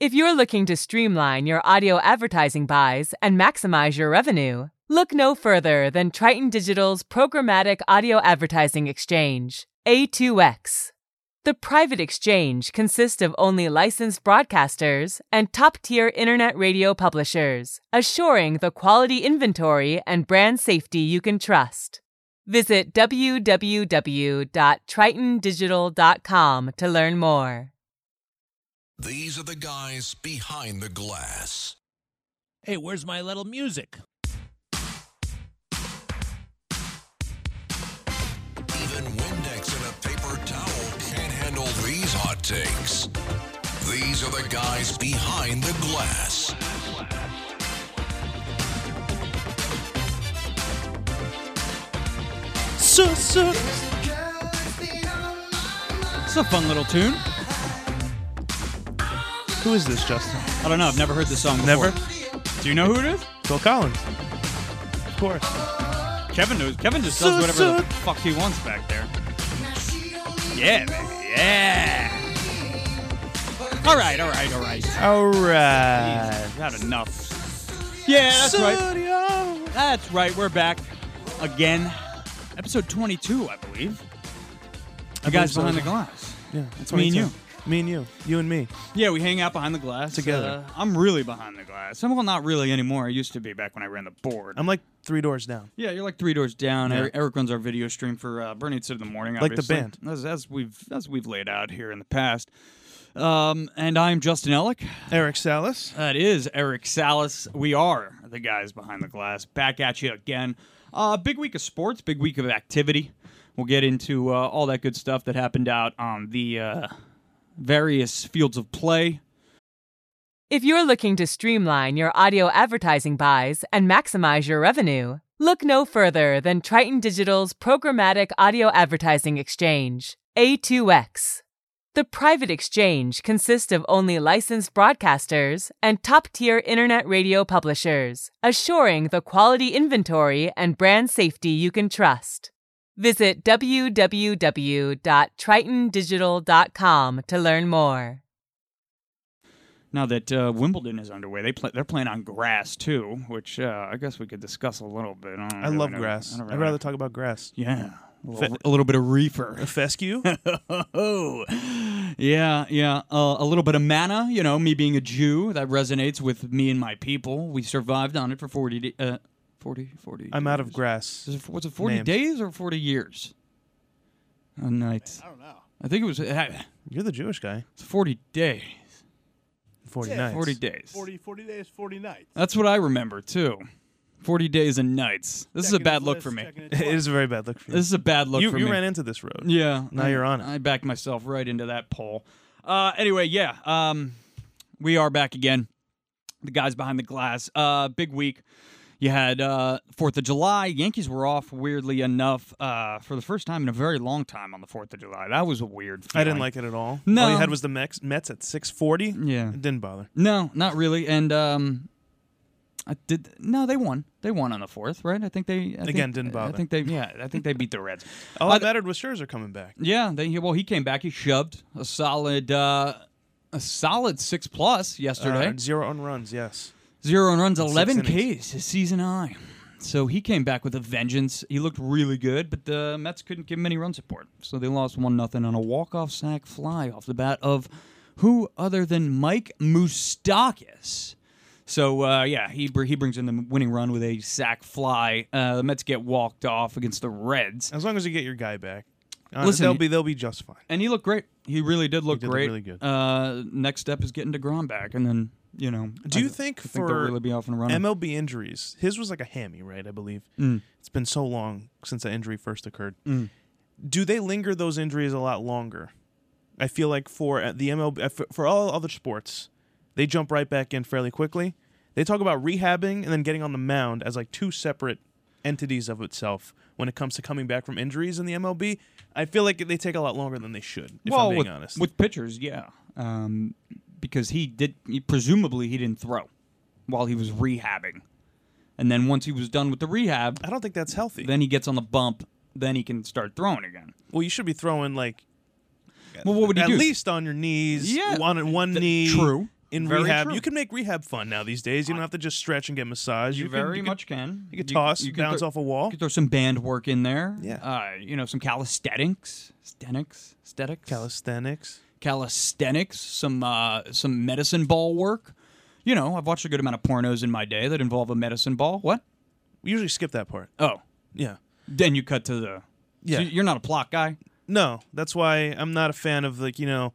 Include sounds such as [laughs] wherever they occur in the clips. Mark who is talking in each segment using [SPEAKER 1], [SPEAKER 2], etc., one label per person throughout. [SPEAKER 1] If you're looking to streamline your audio advertising buys and maximize your revenue, look no further than Triton Digital's Programmatic Audio Advertising Exchange, A2X. The private exchange consists of only licensed broadcasters and top tier internet radio publishers, assuring the quality inventory and brand safety you can trust. Visit www.tritondigital.com to learn more.
[SPEAKER 2] These are the guys behind the glass.
[SPEAKER 3] Hey, where's my little music?
[SPEAKER 2] Even Windex and a paper towel can't handle these hot takes. These are the guys behind the glass.
[SPEAKER 3] So, so. It's a fun little tune.
[SPEAKER 4] Who is this, Justin?
[SPEAKER 3] I don't know. I've never heard this song before.
[SPEAKER 4] Never?
[SPEAKER 3] Do you know who it is?
[SPEAKER 4] Phil Collins. Of course.
[SPEAKER 3] Kevin knows. Kevin just
[SPEAKER 4] So,
[SPEAKER 3] does whatever
[SPEAKER 4] so.
[SPEAKER 3] the fuck he wants back there. Yeah, baby. Yeah. All right, all right, all right.
[SPEAKER 4] All right.
[SPEAKER 3] I've had enough. Yeah, that's right. That's right. We're back again. Episode 22, I believe. The guys
[SPEAKER 4] believe so.
[SPEAKER 3] behind the glass.
[SPEAKER 4] Yeah,
[SPEAKER 3] It's me and you.
[SPEAKER 4] Me and you. You and me.
[SPEAKER 3] Yeah, we hang out behind the glass
[SPEAKER 4] Together.
[SPEAKER 3] Uh, I'm really behind the glass. Well, not really anymore. I used to be back when I ran the board.
[SPEAKER 4] I'm like three doors down.
[SPEAKER 3] yeah, you're like three doors down.
[SPEAKER 4] Yeah.
[SPEAKER 3] Eric, Eric runs our video stream for uh, Burning City in the morning.
[SPEAKER 4] Like the
[SPEAKER 3] obviously.
[SPEAKER 4] band.
[SPEAKER 3] as, as we've as we've laid out here in the past. Um, and I'm Justin Ellick.
[SPEAKER 4] Eric Salas.
[SPEAKER 3] That is Eric Salas. We are the guys behind the glass. Back at you again. Uh, big week of sports, big week of activity. We'll get into uh, all that good stuff that happened out on the uh, various fields of play.
[SPEAKER 1] If you're looking to streamline your audio advertising buys and maximize your revenue, look no further than Triton Digital's Programmatic Audio Advertising Exchange, A2X. The private exchange consists of only licensed broadcasters and top tier internet radio publishers, assuring the quality inventory and brand safety you can trust. Visit www.tritondigital.com to learn more.
[SPEAKER 3] Now that uh, Wimbledon is underway, they play, they're playing on grass too, which uh, I guess we could discuss a little bit. I, don't
[SPEAKER 4] I
[SPEAKER 3] really
[SPEAKER 4] love
[SPEAKER 3] know- I
[SPEAKER 4] grass.
[SPEAKER 3] don't
[SPEAKER 4] I'd
[SPEAKER 3] really-
[SPEAKER 4] rather talk about grass.
[SPEAKER 3] [laughs] yeah, a little, a little bit of reefer.
[SPEAKER 4] A fescue?
[SPEAKER 3] oh, [laughs] yeah, yeah. Uh, a little bit of manna, you know, me being a Jew, that resonates with me and my people. We survived on it for 40, da- uh, 40, 40
[SPEAKER 4] I'm out of
[SPEAKER 3] years.
[SPEAKER 4] grass.
[SPEAKER 3] Is it, was it 40
[SPEAKER 4] Names.
[SPEAKER 3] days or 40 years? A night. I don't know. I think it was uh,
[SPEAKER 4] You're the Jewish guy.
[SPEAKER 3] it's 40 days.
[SPEAKER 4] 49.
[SPEAKER 3] 40 days.
[SPEAKER 5] 40, 40 days, 40 nights.
[SPEAKER 3] That's what I remember, too. 40 days and nights. This is a
[SPEAKER 5] Checking
[SPEAKER 3] bad
[SPEAKER 5] his
[SPEAKER 3] look
[SPEAKER 5] list,
[SPEAKER 3] for me.
[SPEAKER 5] checking
[SPEAKER 4] [laughs] [laughs]
[SPEAKER 5] his
[SPEAKER 4] It is a very bad look for you.
[SPEAKER 3] This is a bad look
[SPEAKER 4] you
[SPEAKER 3] for
[SPEAKER 4] you
[SPEAKER 3] me.
[SPEAKER 4] ran into this road.
[SPEAKER 3] Yeah.
[SPEAKER 4] Now
[SPEAKER 3] I-
[SPEAKER 4] you're on it.
[SPEAKER 3] I backed myself right into that poll. Uh, anyway, yeah. Um, we are back again. The guys behind the glass. Uh, big week. You had uh, Fourth of July. Yankees were off, weirdly enough, uh, for the first time in a very long time on the Fourth of July. That was a weird.
[SPEAKER 4] I didn't
[SPEAKER 3] feeling.
[SPEAKER 4] like it at all.
[SPEAKER 3] No.
[SPEAKER 4] All you had was the Mex- Mets at 640.
[SPEAKER 3] Yeah.
[SPEAKER 4] It didn't bother.
[SPEAKER 3] No, not really. And um, I did. No, they won. They won on the fourth, right? I think they I
[SPEAKER 4] Again,
[SPEAKER 3] think-
[SPEAKER 4] didn't bother.
[SPEAKER 3] I think they. Yeah, I think they beat the
[SPEAKER 4] [laughs]
[SPEAKER 3] Reds.
[SPEAKER 4] All
[SPEAKER 3] Uh,
[SPEAKER 4] that mattered was Scherzer coming back.
[SPEAKER 3] Yeah, they, well, he came back. He shoved a solid, uh, a solid six plus yesterday.
[SPEAKER 4] Uh, zero on runs, yes.
[SPEAKER 3] Zero on runs, eleven
[SPEAKER 4] innings.
[SPEAKER 3] Ks, his season high. So he came back with a vengeance. He looked really good, but the Mets couldn't give him any run support. So they lost one nothing on a walk off sack fly off the bat of who other than Mike Moustakis. So uh, yeah, he br- he brings in the winning run with a sack fly. Uh, the Mets get walked off against the Reds,
[SPEAKER 4] As long as you get your guy back, uh,
[SPEAKER 3] Listen,
[SPEAKER 4] they'll
[SPEAKER 3] you-
[SPEAKER 4] be they'll be just fine.
[SPEAKER 3] and he looked great. He really did look
[SPEAKER 4] did look
[SPEAKER 3] great.
[SPEAKER 4] really good.
[SPEAKER 3] Uh, next step is getting Degrom back, and then you know.
[SPEAKER 4] Do you
[SPEAKER 3] I
[SPEAKER 4] think
[SPEAKER 3] think they'll
[SPEAKER 4] for
[SPEAKER 3] really be off and running?
[SPEAKER 4] MLB injuries, his was like a hammy, right? I believe
[SPEAKER 3] Mm.
[SPEAKER 4] it's been so long since the injury first occurred. Do they linger those injuries a lot longer? I feel like for uh, the MLB, uh, for- for all other sports, they jump right back in fairly quickly. They talk about rehabbing and then getting on the mound as like two separate entities of itself when it comes to coming back from injuries in the MLB. I feel like they take a lot longer than they should. If I'm being
[SPEAKER 3] with,
[SPEAKER 4] honest,
[SPEAKER 3] with pitchers, yeah, um, because he did. He, presumably, he didn't throw while he was rehabbing, and then once he was done with the rehab,
[SPEAKER 4] I don't think that's healthy.
[SPEAKER 3] then he gets on the bump. Then he can start throwing again.
[SPEAKER 4] Well, you should be throwing like
[SPEAKER 3] Well, what would he
[SPEAKER 4] at
[SPEAKER 3] do?
[SPEAKER 4] least on your knees,
[SPEAKER 3] Yeah.
[SPEAKER 4] on one
[SPEAKER 3] Th-
[SPEAKER 4] knee.
[SPEAKER 3] true.
[SPEAKER 4] in
[SPEAKER 3] Very
[SPEAKER 4] rehab.
[SPEAKER 3] true.
[SPEAKER 4] You can make rehab fun now these days. You don't have to just stretch and get massage.
[SPEAKER 3] You,
[SPEAKER 4] can-
[SPEAKER 3] very
[SPEAKER 4] can-
[SPEAKER 3] much can.
[SPEAKER 4] You could toss, bounce
[SPEAKER 3] throw,
[SPEAKER 4] off a wall.
[SPEAKER 3] You could throw some band work in there.
[SPEAKER 4] Yeah.
[SPEAKER 3] Uh, you know, some calisthenics, aesthetics, aesthetics,
[SPEAKER 4] Calisthenics.
[SPEAKER 3] calisthenics, some uh, some medicine ball work. You know, I've watched a good amount of pornos in my day that involve a medicine ball. What?
[SPEAKER 4] We usually skip that part.
[SPEAKER 3] Oh,
[SPEAKER 4] Yeah.
[SPEAKER 3] then you cut to the.
[SPEAKER 4] Yeah.
[SPEAKER 3] So you're not a plot guy.
[SPEAKER 4] No, that's why I'm not a fan of like you know,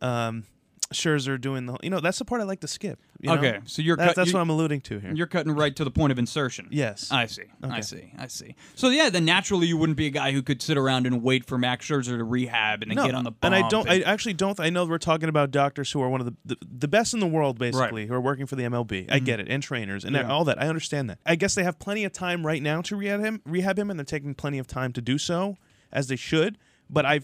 [SPEAKER 4] um, Scherzer doing the you know that's the part I like to skip. you know?
[SPEAKER 3] Okay, so you're
[SPEAKER 4] that's,
[SPEAKER 3] cut-
[SPEAKER 4] that's
[SPEAKER 3] you-
[SPEAKER 4] what I'm alluding to here.
[SPEAKER 3] You're cutting right to the point of insertion.
[SPEAKER 4] Yes.
[SPEAKER 3] I see. I
[SPEAKER 4] Okay.
[SPEAKER 3] see. I see. So yeah, then naturally you wouldn't be a guy who could sit around and wait for Max Scherzer to rehab and then
[SPEAKER 4] no,
[SPEAKER 3] get on the
[SPEAKER 4] and I
[SPEAKER 3] bump
[SPEAKER 4] don't. I
[SPEAKER 3] and-
[SPEAKER 4] actually don't. I know we're talking about doctors who are one of the the, the best in the world, basically, who are working for the MLB.
[SPEAKER 3] Mm-hmm.
[SPEAKER 4] I get it, and trainers and all that. I understand that. I guess they have plenty of time right now to rehab him, rehab him, and they're taking plenty of time to do so as they should. But I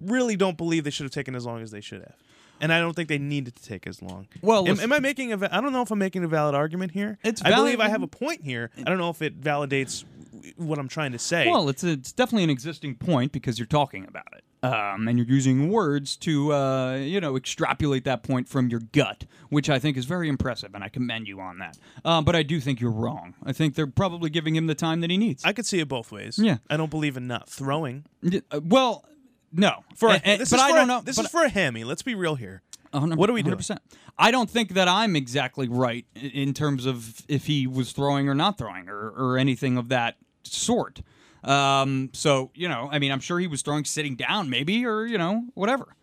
[SPEAKER 4] really don't believe they should have taken as long as they should have. And I don't think they needed to take as long.
[SPEAKER 3] Well,
[SPEAKER 4] am,
[SPEAKER 3] listen-
[SPEAKER 4] am I making a? va- I don't know if I'm making a valid argument here.
[SPEAKER 3] It's
[SPEAKER 4] I believe I
[SPEAKER 3] valid-
[SPEAKER 4] have a point here. I don't know if it validates w- what I'm trying to say.
[SPEAKER 3] Well, it's it's definitely an existing point because you're talking about it, um, and you're using words to uh, you know extrapolate that point from your gut, which I think is very impressive, and I commend you on that. Um, but I do think you're wrong. I think they're probably giving him the time that he needs.
[SPEAKER 4] I could see it both ways.
[SPEAKER 3] Yeah.
[SPEAKER 4] I don't believe in not throwing.
[SPEAKER 3] D- uh, well, no,
[SPEAKER 4] For a,
[SPEAKER 3] A- a-
[SPEAKER 4] this
[SPEAKER 3] but
[SPEAKER 4] is
[SPEAKER 3] I
[SPEAKER 4] for
[SPEAKER 3] don't
[SPEAKER 4] a-
[SPEAKER 3] know.
[SPEAKER 4] This
[SPEAKER 3] but
[SPEAKER 4] is for a hammy. Let's be real here.
[SPEAKER 3] A hundred-
[SPEAKER 4] What are we doing?
[SPEAKER 3] 100%. I don't think that I'm exactly right i- in terms of if he was throwing or not throwing or, or anything of that sort. Um, so, you know, I mean, I'm sure he was throwing sitting down, maybe, or, you know, whatever.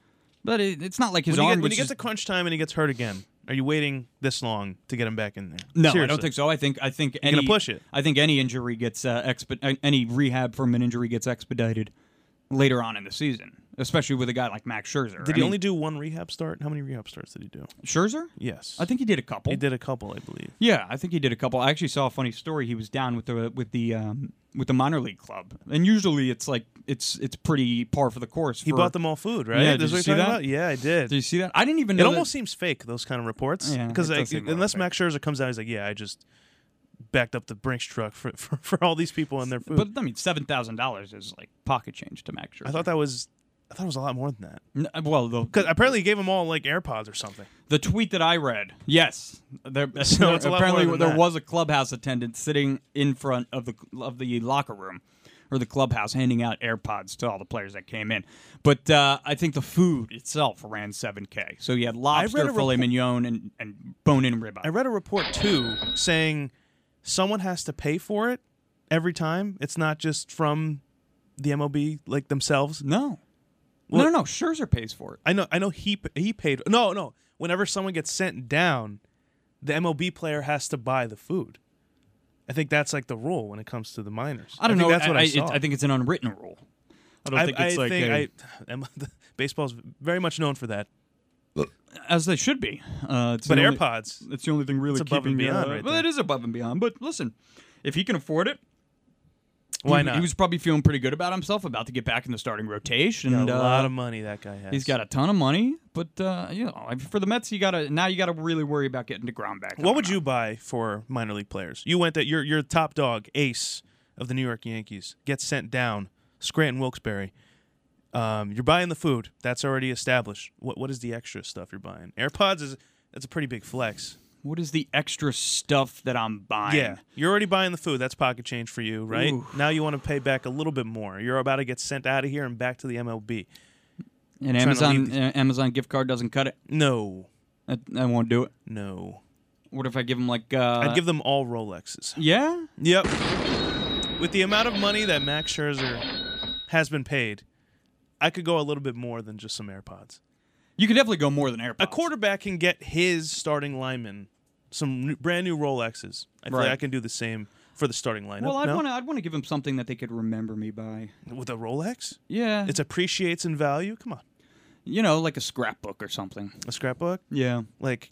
[SPEAKER 3] But it, it's not like his
[SPEAKER 4] When you
[SPEAKER 3] arm
[SPEAKER 4] get, when
[SPEAKER 3] was
[SPEAKER 4] you get
[SPEAKER 3] just-
[SPEAKER 4] to crunch time and he gets hurt again, are you waiting this long to get him back in there?
[SPEAKER 3] No, I
[SPEAKER 4] Seriously.
[SPEAKER 3] don't think so. I think I think
[SPEAKER 4] gonna
[SPEAKER 3] any
[SPEAKER 4] push it.
[SPEAKER 3] I think any injury gets uh, expe- any rehab from an injury gets expedited later on in the season, especially with a guy like Max Scherzer.
[SPEAKER 4] Did
[SPEAKER 3] I
[SPEAKER 4] he
[SPEAKER 3] mean,
[SPEAKER 4] only do one rehab start? How many rehab starts did he do?
[SPEAKER 3] Scherzer?
[SPEAKER 4] Yes,
[SPEAKER 3] I think he did a couple.
[SPEAKER 4] he did a couple, I believe.
[SPEAKER 3] Yeah, I think he did a couple. I actually saw a funny story. He was down with the with the um, with the minor league club, and usually it's like it's it's pretty par for the course.
[SPEAKER 4] He
[SPEAKER 3] for-
[SPEAKER 4] bought them all food, right?
[SPEAKER 3] Yeah,
[SPEAKER 4] That's
[SPEAKER 3] did you
[SPEAKER 4] what
[SPEAKER 3] see
[SPEAKER 4] you're talking
[SPEAKER 3] that?
[SPEAKER 4] about? Yeah, I
[SPEAKER 3] Did you
[SPEAKER 4] did.
[SPEAKER 3] see that? I didn't even.
[SPEAKER 4] It
[SPEAKER 3] know
[SPEAKER 4] almost
[SPEAKER 3] that-
[SPEAKER 4] seems fake those kind of reports
[SPEAKER 3] Yeah,
[SPEAKER 4] because
[SPEAKER 3] it does seem a little
[SPEAKER 4] unless
[SPEAKER 3] fake.
[SPEAKER 4] Max Scherzer comes out, he's like, "Yeah, I just backed up the Brinks truck for [laughs] for, for all these people and their food."
[SPEAKER 3] But I mean, seven thousand dollars is like pocket change to Max Scherzer.
[SPEAKER 4] I thought that was, I thought it was a lot more than that
[SPEAKER 3] N- well,
[SPEAKER 4] because
[SPEAKER 3] the
[SPEAKER 4] apparently he gave them all like AirPods or something.
[SPEAKER 3] the tweet that I read, yes,
[SPEAKER 4] [laughs]
[SPEAKER 3] there,
[SPEAKER 4] So it's a lot
[SPEAKER 3] apparently
[SPEAKER 4] more than
[SPEAKER 3] there
[SPEAKER 4] that.
[SPEAKER 3] was a clubhouse attendant sitting in front of the of the locker room. Or the clubhouse handing out AirPods to all the players that came in, but uh, I think the food itself ran seven k. So you had lobster,
[SPEAKER 4] read a
[SPEAKER 3] filet
[SPEAKER 4] report-
[SPEAKER 3] mignon, and, and bone in ribeye.
[SPEAKER 4] I read a report too saying someone has to pay for it every time. It's not just from the MLB like themselves.
[SPEAKER 3] No. no, no, no. Scherzer pays for it.
[SPEAKER 4] I know I know he p- he paid. No, no. Whenever someone gets sent down, the MLB player has to buy the food. I think that's like the rule when it comes to the minors.
[SPEAKER 3] I don't
[SPEAKER 4] think
[SPEAKER 3] know.
[SPEAKER 4] That's what I,
[SPEAKER 3] I,
[SPEAKER 4] saw.
[SPEAKER 3] I think it's an unwritten rule. I don't
[SPEAKER 4] I,
[SPEAKER 3] think it's
[SPEAKER 4] I
[SPEAKER 3] like
[SPEAKER 4] think
[SPEAKER 3] a-
[SPEAKER 4] I- [laughs] em- baseball's very much known for that.
[SPEAKER 3] as they should be. Uh, it's
[SPEAKER 4] But
[SPEAKER 3] the only-
[SPEAKER 4] AirPods,
[SPEAKER 3] It's the only thing really
[SPEAKER 4] it's above
[SPEAKER 3] keeping
[SPEAKER 4] and
[SPEAKER 3] me
[SPEAKER 4] beyond
[SPEAKER 3] out.
[SPEAKER 4] right
[SPEAKER 3] well,
[SPEAKER 4] there.
[SPEAKER 3] it is above and beyond. But listen, if he can afford it,
[SPEAKER 4] why
[SPEAKER 3] he,
[SPEAKER 4] not?
[SPEAKER 3] He was probably feeling pretty good about himself, about to get back in the starting rotation.
[SPEAKER 4] a
[SPEAKER 3] and, uh,
[SPEAKER 4] lot of money that guy has.
[SPEAKER 3] He's got a ton of money, but uh, you know, I- for the Mets, you gotta now you gotta really worry about getting DeGrom back.
[SPEAKER 4] What would you buy for minor league players? You went that your your top dog, ace of the New York Yankees, gets sent down, Scranton Wilkes-Barre. Um, you're buying the food. That's already established. What what is the extra stuff you're buying? AirPods is that's a pretty big flex.
[SPEAKER 3] What is the extra stuff that I'm buying?
[SPEAKER 4] Yeah. You're already buying the food. That's pocket change for you, right? Now you want to pay back a little bit more. You're about to get sent out of here and back to the MLB.
[SPEAKER 3] an
[SPEAKER 4] trying to leave
[SPEAKER 3] Amazon
[SPEAKER 4] these-
[SPEAKER 3] uh, Amazon gift card doesn't cut it.
[SPEAKER 4] No.
[SPEAKER 3] I, I won't do it.
[SPEAKER 4] No.
[SPEAKER 3] What if I give him like? Uh,
[SPEAKER 4] I'd give them all Rolexes.
[SPEAKER 3] Yeah.
[SPEAKER 4] Yep. With the amount of money that Max Scherzer has been paid, I could go a little bit more than just some AirPods.
[SPEAKER 3] You could definitely go more than AirPods.
[SPEAKER 4] A quarterback can get his starting lineman some new, brand new Rolexes. I feel
[SPEAKER 3] Right.
[SPEAKER 4] like I can do the same for the starting lineup.
[SPEAKER 3] Well, I'd
[SPEAKER 4] no?
[SPEAKER 3] want to. I'd want to give him something that they could remember me by.
[SPEAKER 4] with a Rolex,
[SPEAKER 3] Yeah.
[SPEAKER 4] it appreciates in value. Come on,
[SPEAKER 3] you know, like a scrapbook or something.
[SPEAKER 4] a scrapbook,
[SPEAKER 3] Yeah.
[SPEAKER 4] like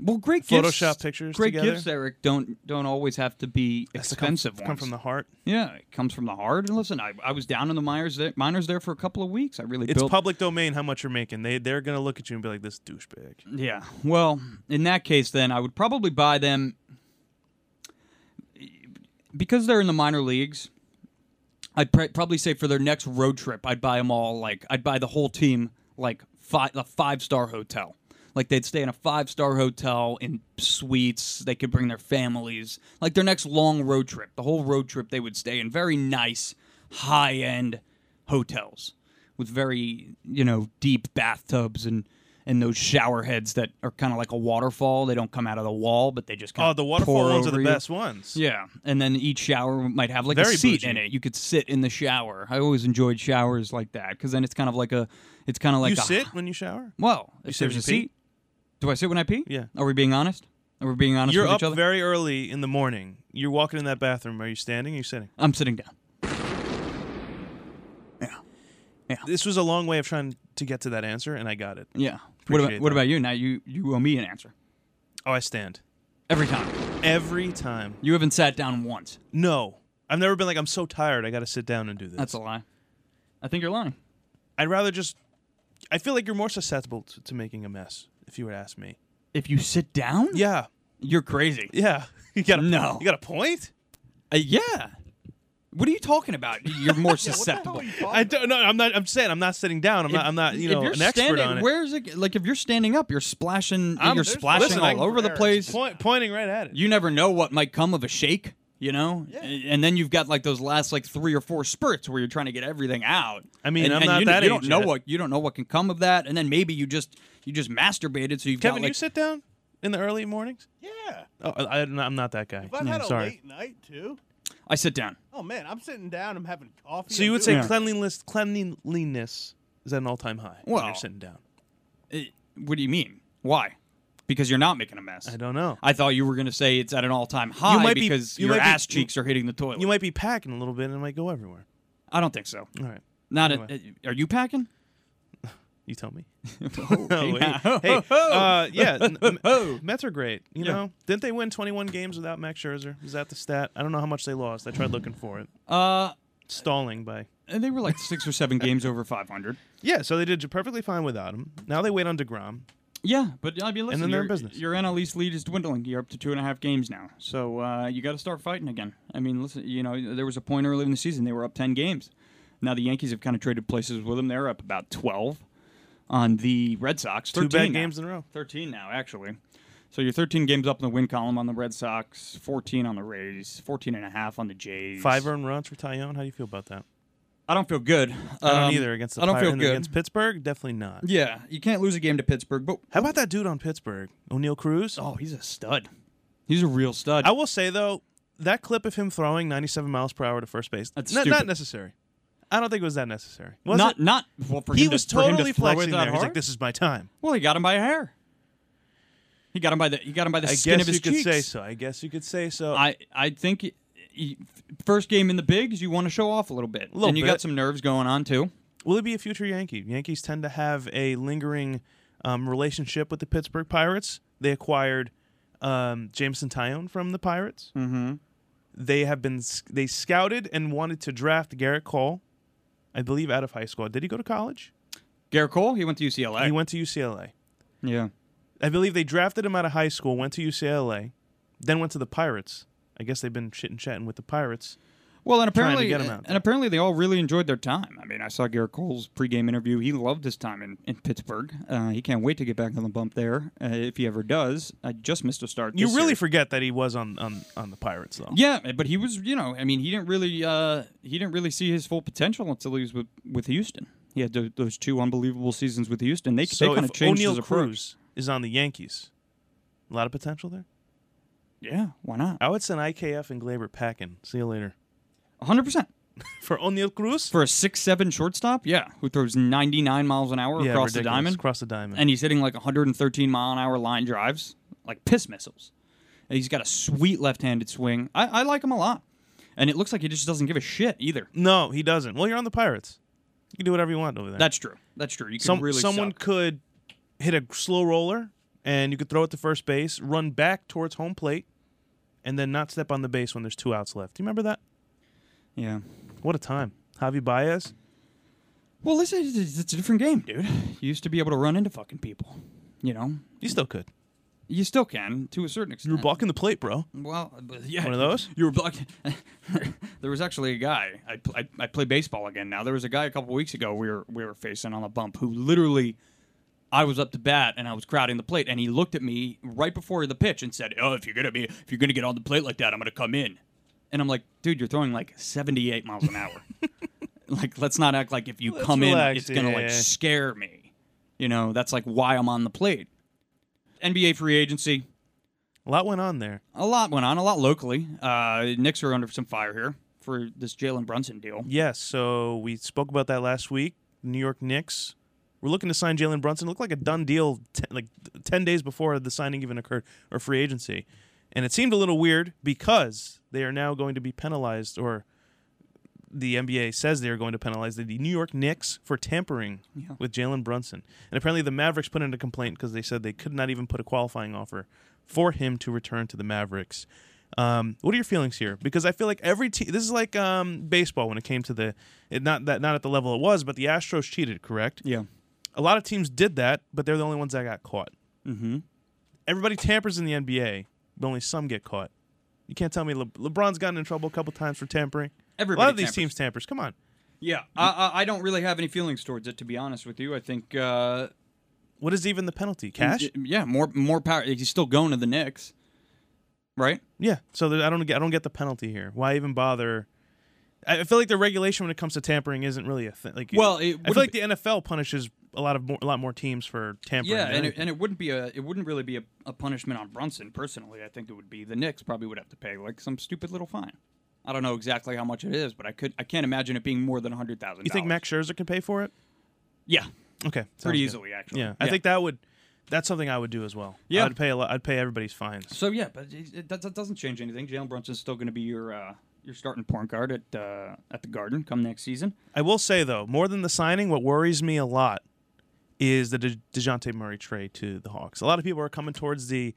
[SPEAKER 3] Well, great
[SPEAKER 4] Photoshop
[SPEAKER 3] gifts.
[SPEAKER 4] pictures
[SPEAKER 3] Great
[SPEAKER 4] together.
[SPEAKER 3] gifts, Eric. Don't don't always have to be
[SPEAKER 4] that's to come,
[SPEAKER 3] expensive
[SPEAKER 4] to come
[SPEAKER 3] ones.
[SPEAKER 4] from the heart.
[SPEAKER 3] yeah, it comes from the heart. And listen, I, I was down in the minors there, minors there for a couple of weeks. I really
[SPEAKER 4] It's
[SPEAKER 3] built.
[SPEAKER 4] public domain how much you're making. They they're gonna look at you and be like, this douchebag.
[SPEAKER 3] yeah. Well, in that case, then I would probably buy them because they're in the minor leagues. I'd pr- probably say for their next road trip, I'd buy them all like I'd buy the whole team like five a five star hotel. Like they'd stay in a five star hotel in suites. They could bring their families. Like their next long road trip, the whole road trip, they would stay in very nice, high end hotels with very you know deep bathtubs and and those shower heads that are kind of like a waterfall. They don't come out of the wall, but they just kind
[SPEAKER 4] Oh,
[SPEAKER 3] of
[SPEAKER 4] the waterfall
[SPEAKER 3] pour
[SPEAKER 4] ones are
[SPEAKER 3] over
[SPEAKER 4] the
[SPEAKER 3] you.
[SPEAKER 4] best ones.
[SPEAKER 3] Yeah, and then each shower might have like
[SPEAKER 4] Very
[SPEAKER 3] a seat in
[SPEAKER 4] bougie.
[SPEAKER 3] it. You could sit in the shower. I always enjoyed showers like that because then it's kind of like a, it's kind of like ah.
[SPEAKER 4] you
[SPEAKER 3] a,
[SPEAKER 4] sit when you shower.
[SPEAKER 3] Well, if
[SPEAKER 4] sit
[SPEAKER 3] there's
[SPEAKER 4] when
[SPEAKER 3] a
[SPEAKER 4] you pee?
[SPEAKER 3] seat, do I sit when I pee?
[SPEAKER 4] Yeah.
[SPEAKER 3] Are we being honest? Are we being honest
[SPEAKER 4] You're
[SPEAKER 3] with
[SPEAKER 4] up
[SPEAKER 3] each other?
[SPEAKER 4] very early in the morning. You're walking in that bathroom. Are you standing? Or are you sitting?
[SPEAKER 3] I'm sitting down.
[SPEAKER 4] This was a long way of trying to get to that answer, and I got it.
[SPEAKER 3] Yeah. What about
[SPEAKER 4] Appreciate
[SPEAKER 3] what
[SPEAKER 4] that.
[SPEAKER 3] about you? Now you you owe me an answer
[SPEAKER 4] Oh, I stand
[SPEAKER 3] every time.
[SPEAKER 4] every time.
[SPEAKER 3] You haven't sat down once.
[SPEAKER 4] No, I've never been like I'm so tired. I got to sit down and do this.
[SPEAKER 3] That's a lie. I think you're lying.
[SPEAKER 4] I'd rather just. I feel like you're more susceptible to, to making a mess if you were to ask me.
[SPEAKER 3] If you sit down,
[SPEAKER 4] Yeah,
[SPEAKER 3] you're crazy.
[SPEAKER 4] yeah. [laughs] You got a,
[SPEAKER 3] No.
[SPEAKER 4] You got a point.
[SPEAKER 3] Uh, yeah. What are you talking about?
[SPEAKER 4] [laughs]
[SPEAKER 3] You're more susceptible.
[SPEAKER 4] I don't. No, I'm not. I'm saying I'm not sitting down. I'm not. I'm not. You know, an expert
[SPEAKER 3] standing,
[SPEAKER 4] on it.
[SPEAKER 3] Where is it? Like if you're standing up, you're splashing.
[SPEAKER 4] I'm-
[SPEAKER 3] you're
[SPEAKER 4] there's-
[SPEAKER 3] splashing
[SPEAKER 4] listen, I-
[SPEAKER 3] all over the place.
[SPEAKER 4] Point, pointing right at it.
[SPEAKER 3] You never know what might come of a shake. You know, and and then you've got like those last like three or four spurts where you're trying to get everything out.
[SPEAKER 4] I mean,
[SPEAKER 3] and,
[SPEAKER 4] I'm
[SPEAKER 3] and
[SPEAKER 4] not
[SPEAKER 3] you,
[SPEAKER 4] that
[SPEAKER 3] You don't
[SPEAKER 4] age
[SPEAKER 3] know
[SPEAKER 4] yet.
[SPEAKER 3] what you don't know what can come of that, and then maybe you just you just masturbated, so you've got
[SPEAKER 4] Kevin,
[SPEAKER 3] like
[SPEAKER 4] you sit down in the early mornings.
[SPEAKER 5] Yeah.
[SPEAKER 4] Oh, I, I'm not- I'm not that guy.
[SPEAKER 5] If I've
[SPEAKER 4] No,
[SPEAKER 5] had
[SPEAKER 3] Hmm,
[SPEAKER 5] a
[SPEAKER 4] sorry.
[SPEAKER 5] late night too.
[SPEAKER 3] I sit down.
[SPEAKER 5] Oh man, I'm sitting down. I'm having coffee.
[SPEAKER 4] So
[SPEAKER 5] I'm
[SPEAKER 4] you would say
[SPEAKER 5] doing-
[SPEAKER 3] Yeah.
[SPEAKER 4] cleanliness, cleanliness is at an all-time high. when
[SPEAKER 3] Well,
[SPEAKER 4] you're sitting down.
[SPEAKER 3] Eh, what do you mean? Why? Because you're not making a mess.
[SPEAKER 4] I don't know.
[SPEAKER 3] I thought you were going to say it's at an all-time high
[SPEAKER 4] might be-
[SPEAKER 3] because
[SPEAKER 4] you
[SPEAKER 3] your
[SPEAKER 4] might be-
[SPEAKER 3] ass cheeks are hitting the toilet.
[SPEAKER 4] You might be packing a little bit and it might go everywhere.
[SPEAKER 3] I don't think so.
[SPEAKER 4] All right,
[SPEAKER 3] Not
[SPEAKER 4] Anyway.
[SPEAKER 3] a, eh, are you packing?
[SPEAKER 4] you tell
[SPEAKER 3] [laughs]
[SPEAKER 4] me.
[SPEAKER 3] Oh,
[SPEAKER 4] [laughs] Oh, hey, hey,
[SPEAKER 3] [laughs]
[SPEAKER 4] uh, yeah, n- m- Mets are great. You know, didn't they win 21 games without Max Scherzer? Is that the stat? I don't know how much they lost. I tried looking for it.
[SPEAKER 3] Uh,
[SPEAKER 4] Stalling by.
[SPEAKER 3] and they were like six or seven games over 500.
[SPEAKER 4] Yeah, so they did perfectly fine without him. Now they wait on Degrom.
[SPEAKER 3] Yeah, but I mean, listen,
[SPEAKER 4] then they're
[SPEAKER 3] your,
[SPEAKER 4] in business.
[SPEAKER 3] your NL East lead is dwindling. You're up to two and a half games now, so uh, you got to start fighting again. I mean, listen, you know, there was a point early in the season they were up 10 games. Now the Yankees have kind of traded places with them. They're up about 12 on the Red Sox.
[SPEAKER 4] Two
[SPEAKER 3] 13
[SPEAKER 4] bad
[SPEAKER 3] now.
[SPEAKER 4] games in a row.
[SPEAKER 3] 13 now, actually. So you're 13 games up in the win column on the Red Sox, 14 on the Rays, 14 and a half on the Jays.
[SPEAKER 4] Five earned runs for Tyone. How do you feel about that?
[SPEAKER 3] I don't feel good.
[SPEAKER 4] I don't
[SPEAKER 3] Um,
[SPEAKER 4] either against the
[SPEAKER 3] I don't
[SPEAKER 4] Pirates.
[SPEAKER 3] feel
[SPEAKER 4] And
[SPEAKER 3] good.
[SPEAKER 4] Against Pittsburgh, definitely not.
[SPEAKER 3] yeah, you can't lose a game to Pittsburgh, but
[SPEAKER 4] How about that dude on Pittsburgh, O'Neill Cruz?
[SPEAKER 3] oh, he's a stud. He's a real stud.
[SPEAKER 4] I will say though, that clip of him throwing 97 miles per hour to first base,
[SPEAKER 3] That's
[SPEAKER 4] not,
[SPEAKER 3] stupid.
[SPEAKER 4] not necessary. I don't think it was that necessary. Was
[SPEAKER 3] not
[SPEAKER 4] it?
[SPEAKER 3] not well, for
[SPEAKER 4] He
[SPEAKER 3] him
[SPEAKER 4] was
[SPEAKER 3] to, for him to
[SPEAKER 4] totally
[SPEAKER 3] throw it
[SPEAKER 4] flexing
[SPEAKER 3] that
[SPEAKER 4] there. He's
[SPEAKER 3] hard?
[SPEAKER 4] like, "This is my time."
[SPEAKER 3] Well, he got him by a hair. He got him by the he got him by the
[SPEAKER 4] I
[SPEAKER 3] skin
[SPEAKER 4] guess
[SPEAKER 3] of his
[SPEAKER 4] you could
[SPEAKER 3] cheeks.
[SPEAKER 4] say so. I guess you could say so.
[SPEAKER 3] I I think he- he- first game in the bigs, you want to show off a little bit,
[SPEAKER 4] Little
[SPEAKER 3] and you
[SPEAKER 4] bit.
[SPEAKER 3] got some nerves going on too.
[SPEAKER 4] Will it be a future Yankee? Yankees tend to have a lingering um, relationship with the Pittsburgh Pirates. They acquired um, Jameson Tyone from the Pirates. Mm-hmm. They have been s- they scouted and wanted to draft Garrett Cole, I believe, out of high school. Did he go to college?
[SPEAKER 3] Garrett Cole, he went to UCLA.
[SPEAKER 4] He went to UCLA.
[SPEAKER 3] yeah,
[SPEAKER 4] I believe they drafted him out of high school, went to UCLA, then went to the Pirates. I guess they've been chitting chatting with the Pirates.
[SPEAKER 3] Well, and
[SPEAKER 4] trying to
[SPEAKER 3] apparently,
[SPEAKER 4] get him out.
[SPEAKER 3] and apparently, they all really enjoyed their time. I mean, I saw Garrett Cole's pregame interview. He loved his time in, in Pittsburgh. Uh, he can't wait to get back on the bump there uh, if he ever does. I just missed a start.
[SPEAKER 4] You
[SPEAKER 3] this
[SPEAKER 4] really
[SPEAKER 3] series.
[SPEAKER 4] forget that he was on, on, on the Pirates, though.
[SPEAKER 3] yeah, eh, but he was, you know, I mean, he didn't really, uh, he didn't really see his full potential until he was with, with Houston. He had tho- those two unbelievable seasons with Houston. They,
[SPEAKER 4] So
[SPEAKER 3] they kind of
[SPEAKER 4] if
[SPEAKER 3] changed
[SPEAKER 4] O'Neill
[SPEAKER 3] his approach.
[SPEAKER 4] Cruz is on the Yankees, a lot of potential there.
[SPEAKER 3] Yeah, why not?
[SPEAKER 4] I would send IKF and Glaber packing. See you later.
[SPEAKER 3] hundred percent
[SPEAKER 4] For O'Neill Cruz?
[SPEAKER 3] for a six-seven shortstop. Yeah, who throws ninety-nine miles an hour
[SPEAKER 4] yeah,
[SPEAKER 3] across the
[SPEAKER 4] ridiculous.
[SPEAKER 3] diamond.
[SPEAKER 4] Across the diamond.
[SPEAKER 3] and he's hitting like 113 mile an hour line drives, like piss missiles. And he's got a sweet left-handed swing. I, I like him a lot, and it looks like he just doesn't give a shit either.
[SPEAKER 4] no, he doesn't. Well, you're on the Pirates. You can do whatever you want over there.
[SPEAKER 3] That's true. That's true. You can
[SPEAKER 4] Some,
[SPEAKER 3] really
[SPEAKER 4] someone
[SPEAKER 3] suck.
[SPEAKER 4] could hit a slow roller and you could throw it to first base, run back towards home plate, and then not step on the base when there's two outs left. Do you remember that?
[SPEAKER 3] Yeah.
[SPEAKER 4] What a time. Javi Baez?
[SPEAKER 3] Well, listen, it's- it's, it's a different game, dude. You used to be able to run into fucking people. You know,
[SPEAKER 4] You still could.
[SPEAKER 3] you still can to a certain
[SPEAKER 4] You
[SPEAKER 3] extent.
[SPEAKER 4] were blocking the plate, bro.
[SPEAKER 3] Well, uh, but yeah.
[SPEAKER 4] One of those?
[SPEAKER 3] You were blocking. [laughs] there was actually a guy. I, pl- I I play baseball again now. There was a guy a couple weeks ago we were we were facing on the bump who literally I was up to bat and I was crowding the plate, and he looked at me right before the pitch and said, "Oh, if you're gonna be, if you're gonna get on the plate like that, I'm gonna come in." And I'm like, "Dude, you're throwing like 78 miles an
[SPEAKER 4] [laughs]
[SPEAKER 3] hour. like, let's not act like if you
[SPEAKER 4] Let's
[SPEAKER 3] come in,
[SPEAKER 4] relax,
[SPEAKER 3] it's gonna
[SPEAKER 4] yeah.
[SPEAKER 3] like scare me. You know, that's like why I'm on the plate." NBA free agency,
[SPEAKER 4] A lot went on there.
[SPEAKER 3] a lot went on, a lot locally. Uh, Knicks are under some fire here for this Jalen Brunson deal.
[SPEAKER 4] Yes, so we spoke about that last week. New York Knicks. We're looking to sign Jalen Brunson. It looked like a done deal, t- like ten days before the signing even occurred or free agency, and it seemed a little weird because they are now going to be penalized, or the NBA says they are going to penalize the New York Knicks for tampering with Jalen Brunson. And apparently, the Mavericks put in a complaint because they said they could not even put a qualifying offer for him to return to the Mavericks. Um, what are your feelings here? Because I feel like every team. This is like um, baseball when it came to the it, not that not at the level it was, but the Astros cheated, correct?
[SPEAKER 3] Yeah.
[SPEAKER 4] A lot of teams did that, but they're the only ones that got caught. Mm-hmm. Everybody tampers in the NBA, but only some get caught. You can't tell me Le- LeBron's gotten in trouble a couple times for tampering. a
[SPEAKER 3] Everybody
[SPEAKER 4] lot of these
[SPEAKER 3] tampers.
[SPEAKER 4] teams tampers. Come on,
[SPEAKER 3] Yeah, I, I, I don't really have any feelings towards it, to be honest with you. I think, uh,
[SPEAKER 4] what is even the penalty? Cash?
[SPEAKER 3] yeah, more more power. He's still going to the Knicks, right?
[SPEAKER 4] Yeah. So there, I don't get I don't get the penalty here. Why even bother? I I feel like the regulation when it comes to tampering isn't really a thing. Like,
[SPEAKER 3] Well, it
[SPEAKER 4] I
[SPEAKER 3] wouldn't
[SPEAKER 4] feel like
[SPEAKER 3] be-
[SPEAKER 4] the NFL punishes a lot of more, a lot more teams for tampering.
[SPEAKER 3] Yeah,
[SPEAKER 4] than
[SPEAKER 3] and it,
[SPEAKER 4] anything.
[SPEAKER 3] and it wouldn't be a it wouldn't really be a, a punishment on Brunson personally. I think it would be the Knicks probably would have to pay like some stupid little fine. I don't know exactly how much it is, but I could I can't imagine it being more than a hundred thousand.
[SPEAKER 4] you think Max Scherzer can pay for it?
[SPEAKER 3] Yeah,
[SPEAKER 4] Okay, sounds
[SPEAKER 3] pretty
[SPEAKER 4] good.
[SPEAKER 3] easily actually.
[SPEAKER 4] Yeah, I think that would. That's something I would do as well.
[SPEAKER 3] Yeah.
[SPEAKER 4] I'd pay a lot. I'd pay everybody's fines.
[SPEAKER 3] So yeah, but it, it, that, that doesn't change anything. Jalen Brunson's still going to be your uh, your starting point guard at uh, at the Garden come next season.
[SPEAKER 4] I will say though, more than the signing, what worries me a lot is the De- Dejounte Murray trade to the Hawks. A lot of people are coming towards the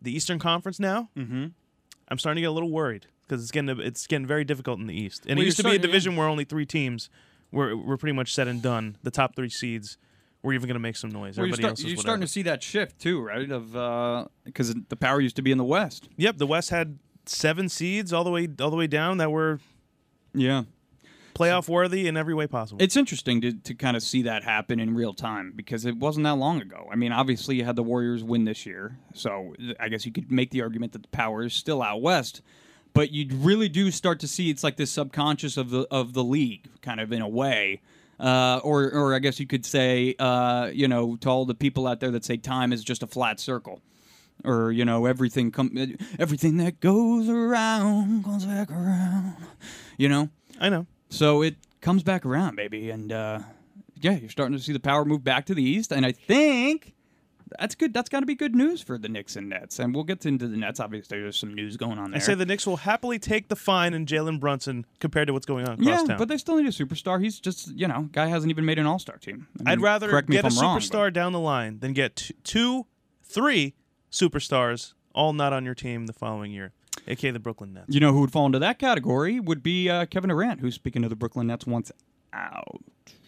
[SPEAKER 4] the Eastern Conference now. Mm-hmm. I'm starting to get a little worried because it's getting it's getting very difficult in the East. And
[SPEAKER 3] Well,
[SPEAKER 4] it used to
[SPEAKER 3] you're
[SPEAKER 4] be a
[SPEAKER 3] starting-
[SPEAKER 4] division where only three teams were were pretty much set and done. The top three seeds were even going to make some noise.
[SPEAKER 3] Well, you're,
[SPEAKER 4] Everybody
[SPEAKER 3] start-
[SPEAKER 4] else was
[SPEAKER 3] you're
[SPEAKER 4] whatever.
[SPEAKER 3] starting to see that shift too, right? Of because the power used to be in the West.
[SPEAKER 4] Yep, the West had seven seeds all the way all the way down that were
[SPEAKER 3] Yeah,
[SPEAKER 4] playoff worthy in every way possible.
[SPEAKER 3] it's interesting to, to kind of see that happen in real time because it wasn't that long ago. I mean, obviously you had the Warriors win this year, so I guess you could make the argument that the power is still out West. But you really do start to see it's like this subconscious of the of the league, kind of in a way. Uh, or, or I guess you could say, uh, you know, to all the people out there that say time is just a flat circle. or you know everything come everything that goes around comes back around you know
[SPEAKER 4] I know.
[SPEAKER 3] so it comes back around baby and uh yeah you're starting to see the power move back to the east and i think that's good that's got to be good news for the Knicks and Nets and we'll get into the Nets obviously there's some news going on there
[SPEAKER 4] I say the Knicks will happily take the fine in Jalen Brunson compared to what's going on across
[SPEAKER 3] yeah,
[SPEAKER 4] town.
[SPEAKER 3] but they still need a superstar. He's just, you know, guy hasn't even made an All Star team. I mean,
[SPEAKER 4] I'd rather
[SPEAKER 3] correct me
[SPEAKER 4] get
[SPEAKER 3] if
[SPEAKER 4] a
[SPEAKER 3] I'm wrong, but-
[SPEAKER 4] superstar down the line than get t- two, three superstars all not on your team the following year, aka the Brooklyn Nets.
[SPEAKER 3] You know who would fall into that category would be uh, Kevin Durant, who's speaking to the Brooklyn Nets once out.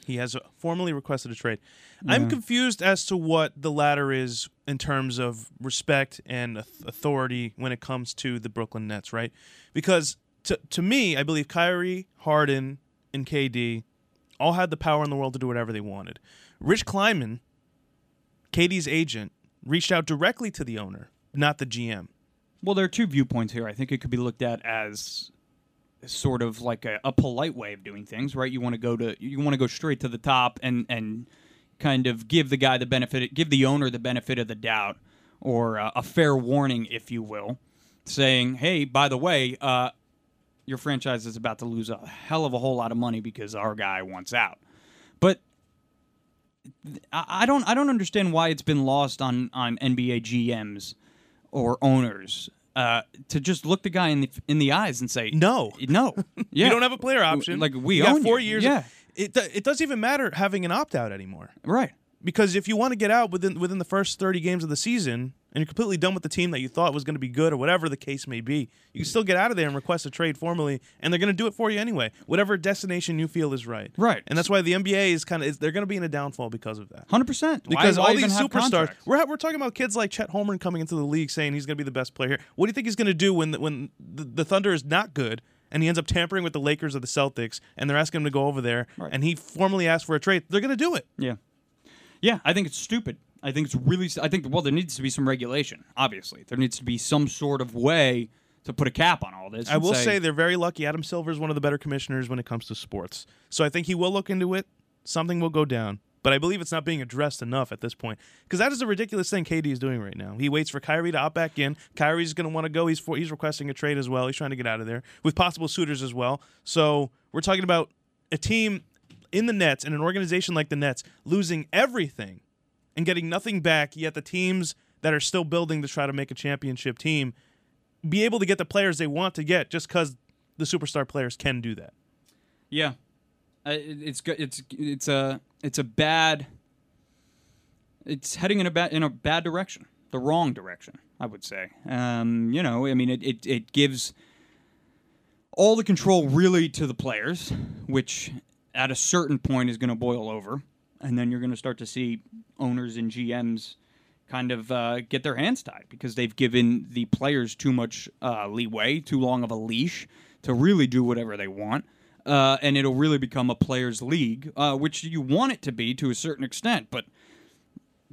[SPEAKER 4] He has formally requested a trade. I'm confused as to what the latter is in terms of respect and auth- authority when it comes to the Brooklyn Nets, right? Because to, to me, I believe Kyrie, Harden, and KD all had the power in the world to do whatever they wanted. Rich Kleiman, KD's agent, reached out directly to the owner, not the GM.
[SPEAKER 3] Well, there are two viewpoints here. I think it could be looked at as sort of like a, a polite way of doing things, right? You want to go to you want to go straight to the top and and kind of give the guy the benefit, give the owner the benefit of the doubt, or uh, a fair warning, if you will, saying, "Hey, by the way, uh, your franchise is about to lose a hell of a whole lot of money because our guy wants out." But I I don't I don't understand why it's been lost on on NBA GMs or owners uh, to just look the guy in the in the eyes and say
[SPEAKER 4] No.
[SPEAKER 3] no yeah
[SPEAKER 4] [laughs] You don't have a player option.
[SPEAKER 3] like we
[SPEAKER 4] you got
[SPEAKER 3] own
[SPEAKER 4] four
[SPEAKER 3] you.
[SPEAKER 4] years.
[SPEAKER 3] Yeah.
[SPEAKER 4] It, do- it doesn't even matter having an opt out anymore.
[SPEAKER 3] right
[SPEAKER 4] because if you want to get out within within the first 30 games of the season and you're completely done with the team that you thought was going to be good or whatever the case may be, you can still get out of there and request a trade formally, and they're going to do it for you anyway, whatever destination you feel is right.
[SPEAKER 3] Right.
[SPEAKER 4] And that's why the NBA is kind of they're going to be in a downfall because of that.
[SPEAKER 3] hundred percent
[SPEAKER 4] Because
[SPEAKER 3] why,
[SPEAKER 4] all
[SPEAKER 3] why even
[SPEAKER 4] these
[SPEAKER 3] have
[SPEAKER 4] superstars,
[SPEAKER 3] contracts?
[SPEAKER 4] we're, ha- we're talking about kids like Chet Holmgren coming into the league saying he's going to be the best player here. What do you think he's going to do when the, when the, the Thunder is not good and he ends up tampering with the Lakers or the Celtics and they're asking him to go over there and he formally asks for a trade? They're going to do it.
[SPEAKER 3] yeah yeah I think it's stupid I think it's really. I think well, there needs to be some regulation. Obviously, there needs to be some sort of way to put a cap on all this.
[SPEAKER 4] I
[SPEAKER 3] and
[SPEAKER 4] will say, they're very lucky. Adam Silver is one of the better commissioners when it comes to sports. So I think he will look into it. Something will go down. But I believe it's not being addressed enough at this point. Because that is a ridiculous thing KD is doing right now. He waits for Kyrie to opt back in. Kyrie's going to want to go. He's for, he's requesting a trade as well. He's trying to get out of there with possible suitors as well. So we're talking about a team in the Nets and an organization like the Nets losing everything and getting nothing back. Yet the teams that are still building to try to make a championship team be able to get the players they want to get just because the superstar players can do that.
[SPEAKER 3] Yeah, uh, it- it's good. It's it's a it's a bad. It's heading in a bad in a bad direction, the wrong direction, I would say. Um, you know, I mean, it, it it gives all the control really to the players, which at a certain point is going to boil over, and then you're going to start to see owners and GMs kind of uh, get their hands tied because they've given the players too much uh, leeway, too long of a leash to really do whatever they want. Uh, and it'll really become a players' league, uh, which you want it to be to a certain extent. But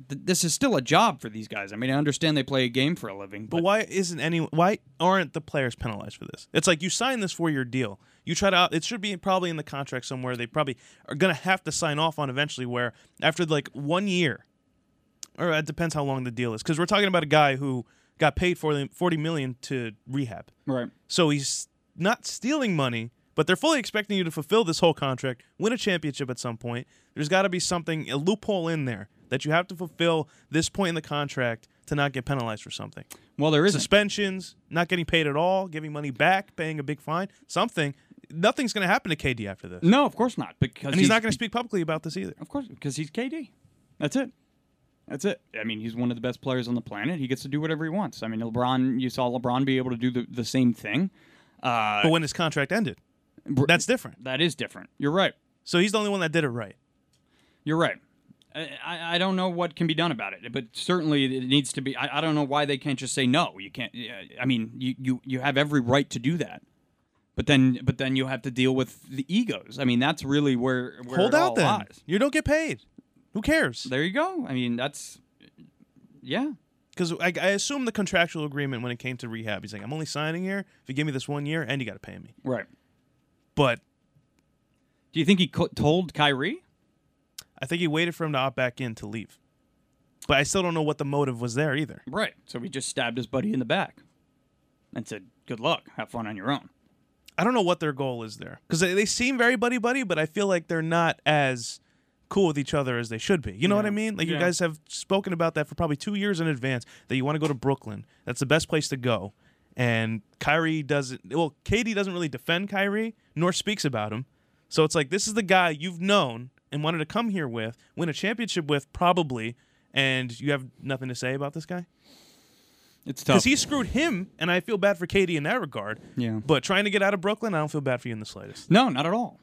[SPEAKER 3] th- this is still a job for these guys. I mean, I understand they play a game for a living,
[SPEAKER 4] But why isn't any? Why aren't the players penalized for this? It's like you sign this four-year deal. You try to. opt- It should be probably in the contract somewhere. They probably are gonna have to sign off on eventually. Where after like one year, or it depends how long the deal is, because we're talking about a guy who got paid for the forty million to rehab.
[SPEAKER 3] right?
[SPEAKER 4] So he's not stealing money, but they're fully expecting you to fulfill this whole contract, win a championship at some point. There's got to be something, a loophole in there that you have to fulfill this point in the contract to not get penalized for something.
[SPEAKER 3] Well, there isn't.
[SPEAKER 4] Suspensions, not getting paid at all, giving money back, paying a big fine, something. Nothing's going to happen to KD after this.
[SPEAKER 3] No, of course not, because
[SPEAKER 4] And he's not going to speak publicly about this either.
[SPEAKER 3] Of course, because he's KD. That's it. That's it. I mean, he's one of the best players on the planet. He gets to do whatever he wants. I mean, LeBron, you saw LeBron be able to do the, the same thing. Uh,
[SPEAKER 4] But when his contract ended, that's different.
[SPEAKER 3] that is different. You're right.
[SPEAKER 4] So he's the only one that did it right.
[SPEAKER 3] You're right. I, I- I don't know what can be done about it, but certainly it needs to be. I, I don't know why they can't just say no. You can't. I mean, you, you you have every right to do that, but then but then you have to deal with the egos. I mean, that's really where, where
[SPEAKER 4] Hold
[SPEAKER 3] it
[SPEAKER 4] out
[SPEAKER 3] all
[SPEAKER 4] then.
[SPEAKER 3] lies.
[SPEAKER 4] You don't get paid. Who cares?
[SPEAKER 3] There you go. I mean, that's yeah.
[SPEAKER 4] Because I, I assume the contractual agreement when it came to rehab, he's like, I'm only signing here if you give me this one year, and you got to pay me.
[SPEAKER 3] Right.
[SPEAKER 4] But
[SPEAKER 3] Do you think he co- told Kyrie?
[SPEAKER 4] I think he waited for him to opt back in to leave. But I still don't know what the motive was there either.
[SPEAKER 3] Right. So he just stabbed his buddy in the back and said, "Good luck. Have fun on your own."
[SPEAKER 4] I don't know what their goal is there because they, they seem very buddy buddy, but I feel like they're not as cool with each other as they should be. You know what I mean? Like you
[SPEAKER 3] Yeah.
[SPEAKER 4] guys have spoken about that for probably two years in advance that you want to go to Brooklyn. That's the best place to go. And Kyrie doesn't. Well, Katie doesn't really defend Kyrie nor speaks about him. So it's like this is the guy you've known and wanted to come here with, win a championship with, probably, and you have nothing to say about this guy
[SPEAKER 3] It's tough.
[SPEAKER 4] because he screwed him, and I feel bad for Katie in that regard.
[SPEAKER 3] Yeah.
[SPEAKER 4] But trying to get out of Brooklyn, I don't feel bad for you in the slightest.
[SPEAKER 3] No, not at all.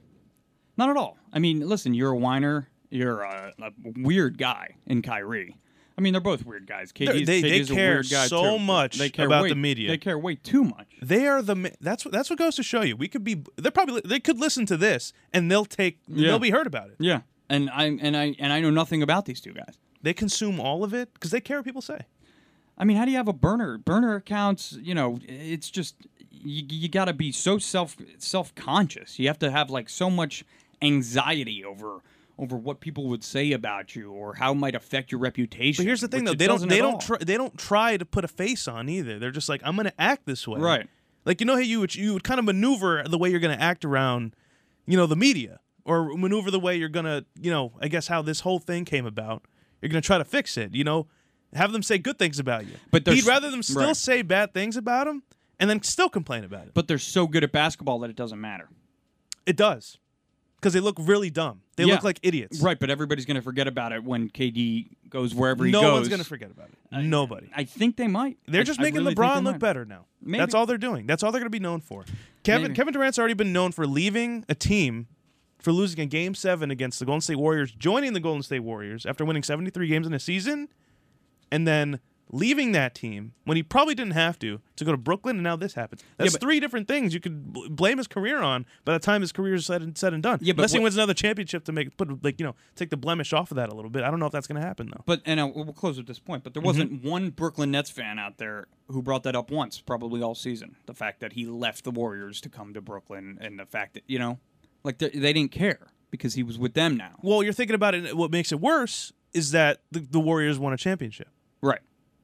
[SPEAKER 3] Not at all. I mean, listen, you're a whiner. You're a, a weird guy in Kyrie. I mean, they're both weird guys. KD's,
[SPEAKER 4] they- they
[SPEAKER 3] KD's a
[SPEAKER 4] care
[SPEAKER 3] weird guy
[SPEAKER 4] so
[SPEAKER 3] too.
[SPEAKER 4] much
[SPEAKER 3] They care
[SPEAKER 4] about
[SPEAKER 3] way-
[SPEAKER 4] the media.
[SPEAKER 3] They care way too much.
[SPEAKER 4] they are the ma- that's what that's what goes to show you we could be they're probably they could listen to this and they'll take
[SPEAKER 3] Yeah.
[SPEAKER 4] they'll be heard about it
[SPEAKER 3] Yeah. And I and I and I know nothing about these two guys.
[SPEAKER 4] they consume all of it because they care what people say
[SPEAKER 3] I mean, how do you have a burner? Burner accounts, you know, it's just you, you got to be so self self conscious. You have to have like so much anxiety over over what people would say about you or how it might affect your reputation.
[SPEAKER 4] but here's the thing
[SPEAKER 3] which
[SPEAKER 4] though
[SPEAKER 3] it
[SPEAKER 4] they don't
[SPEAKER 3] doesn't
[SPEAKER 4] they
[SPEAKER 3] at
[SPEAKER 4] don't
[SPEAKER 3] all.
[SPEAKER 4] try, they don't try to put a face on either they're just like i'm gonna act this way
[SPEAKER 3] Right.
[SPEAKER 4] like you know how you would you would kind of maneuver the way you're gonna act around you know the media or maneuver the way you're gonna you know i guess how this whole thing came about you're gonna try to fix it you know have them say good things about you
[SPEAKER 3] But there's-
[SPEAKER 4] he'd rather them still
[SPEAKER 3] right.
[SPEAKER 4] say bad things about him and then still complain about it
[SPEAKER 3] But they're so good at basketball that it doesn't matter.
[SPEAKER 4] It does. Because they look really dumb. They
[SPEAKER 3] Yeah.
[SPEAKER 4] look like idiots.
[SPEAKER 3] Right, but everybody's going to forget about it when KD goes wherever he
[SPEAKER 4] No
[SPEAKER 3] goes.
[SPEAKER 4] one's going to forget about it. Nobody.
[SPEAKER 3] I think they might.
[SPEAKER 4] They're
[SPEAKER 3] I-
[SPEAKER 4] just
[SPEAKER 3] I
[SPEAKER 4] making
[SPEAKER 3] really think
[SPEAKER 4] LeBron
[SPEAKER 3] they
[SPEAKER 4] look
[SPEAKER 3] might.
[SPEAKER 4] better now.
[SPEAKER 3] Maybe.
[SPEAKER 4] That's all they're doing. That's all they're going to be known for. Kevin
[SPEAKER 3] Maybe.
[SPEAKER 4] Kevin Durant's already been known for leaving a team for losing a game 7 against the Golden State Warriors, joining the Golden State Warriors after winning 73 games in a season and then leaving that team when he probably didn't have to to go to Brooklyn, and now this happens. That's
[SPEAKER 3] but-
[SPEAKER 4] three different things you could bl- blame his career on by the time his career is said and, said and done.
[SPEAKER 3] Yeah, but
[SPEAKER 4] Unless he
[SPEAKER 3] what-
[SPEAKER 4] wins another championship to make put like you know take the blemish off of that a little bit. I don't know if that's going to happen though.
[SPEAKER 3] But and uh, we'll close with this point. But there wasn't one Brooklyn Nets fan out there who brought that up once, probably all season. The fact that he left the Warriors to come to Brooklyn, and the fact that you know, like they, they didn't care because he was with them now.
[SPEAKER 4] Well, you're thinking about it. and What makes it worse is that the, the Warriors won a championship.
[SPEAKER 3] Right.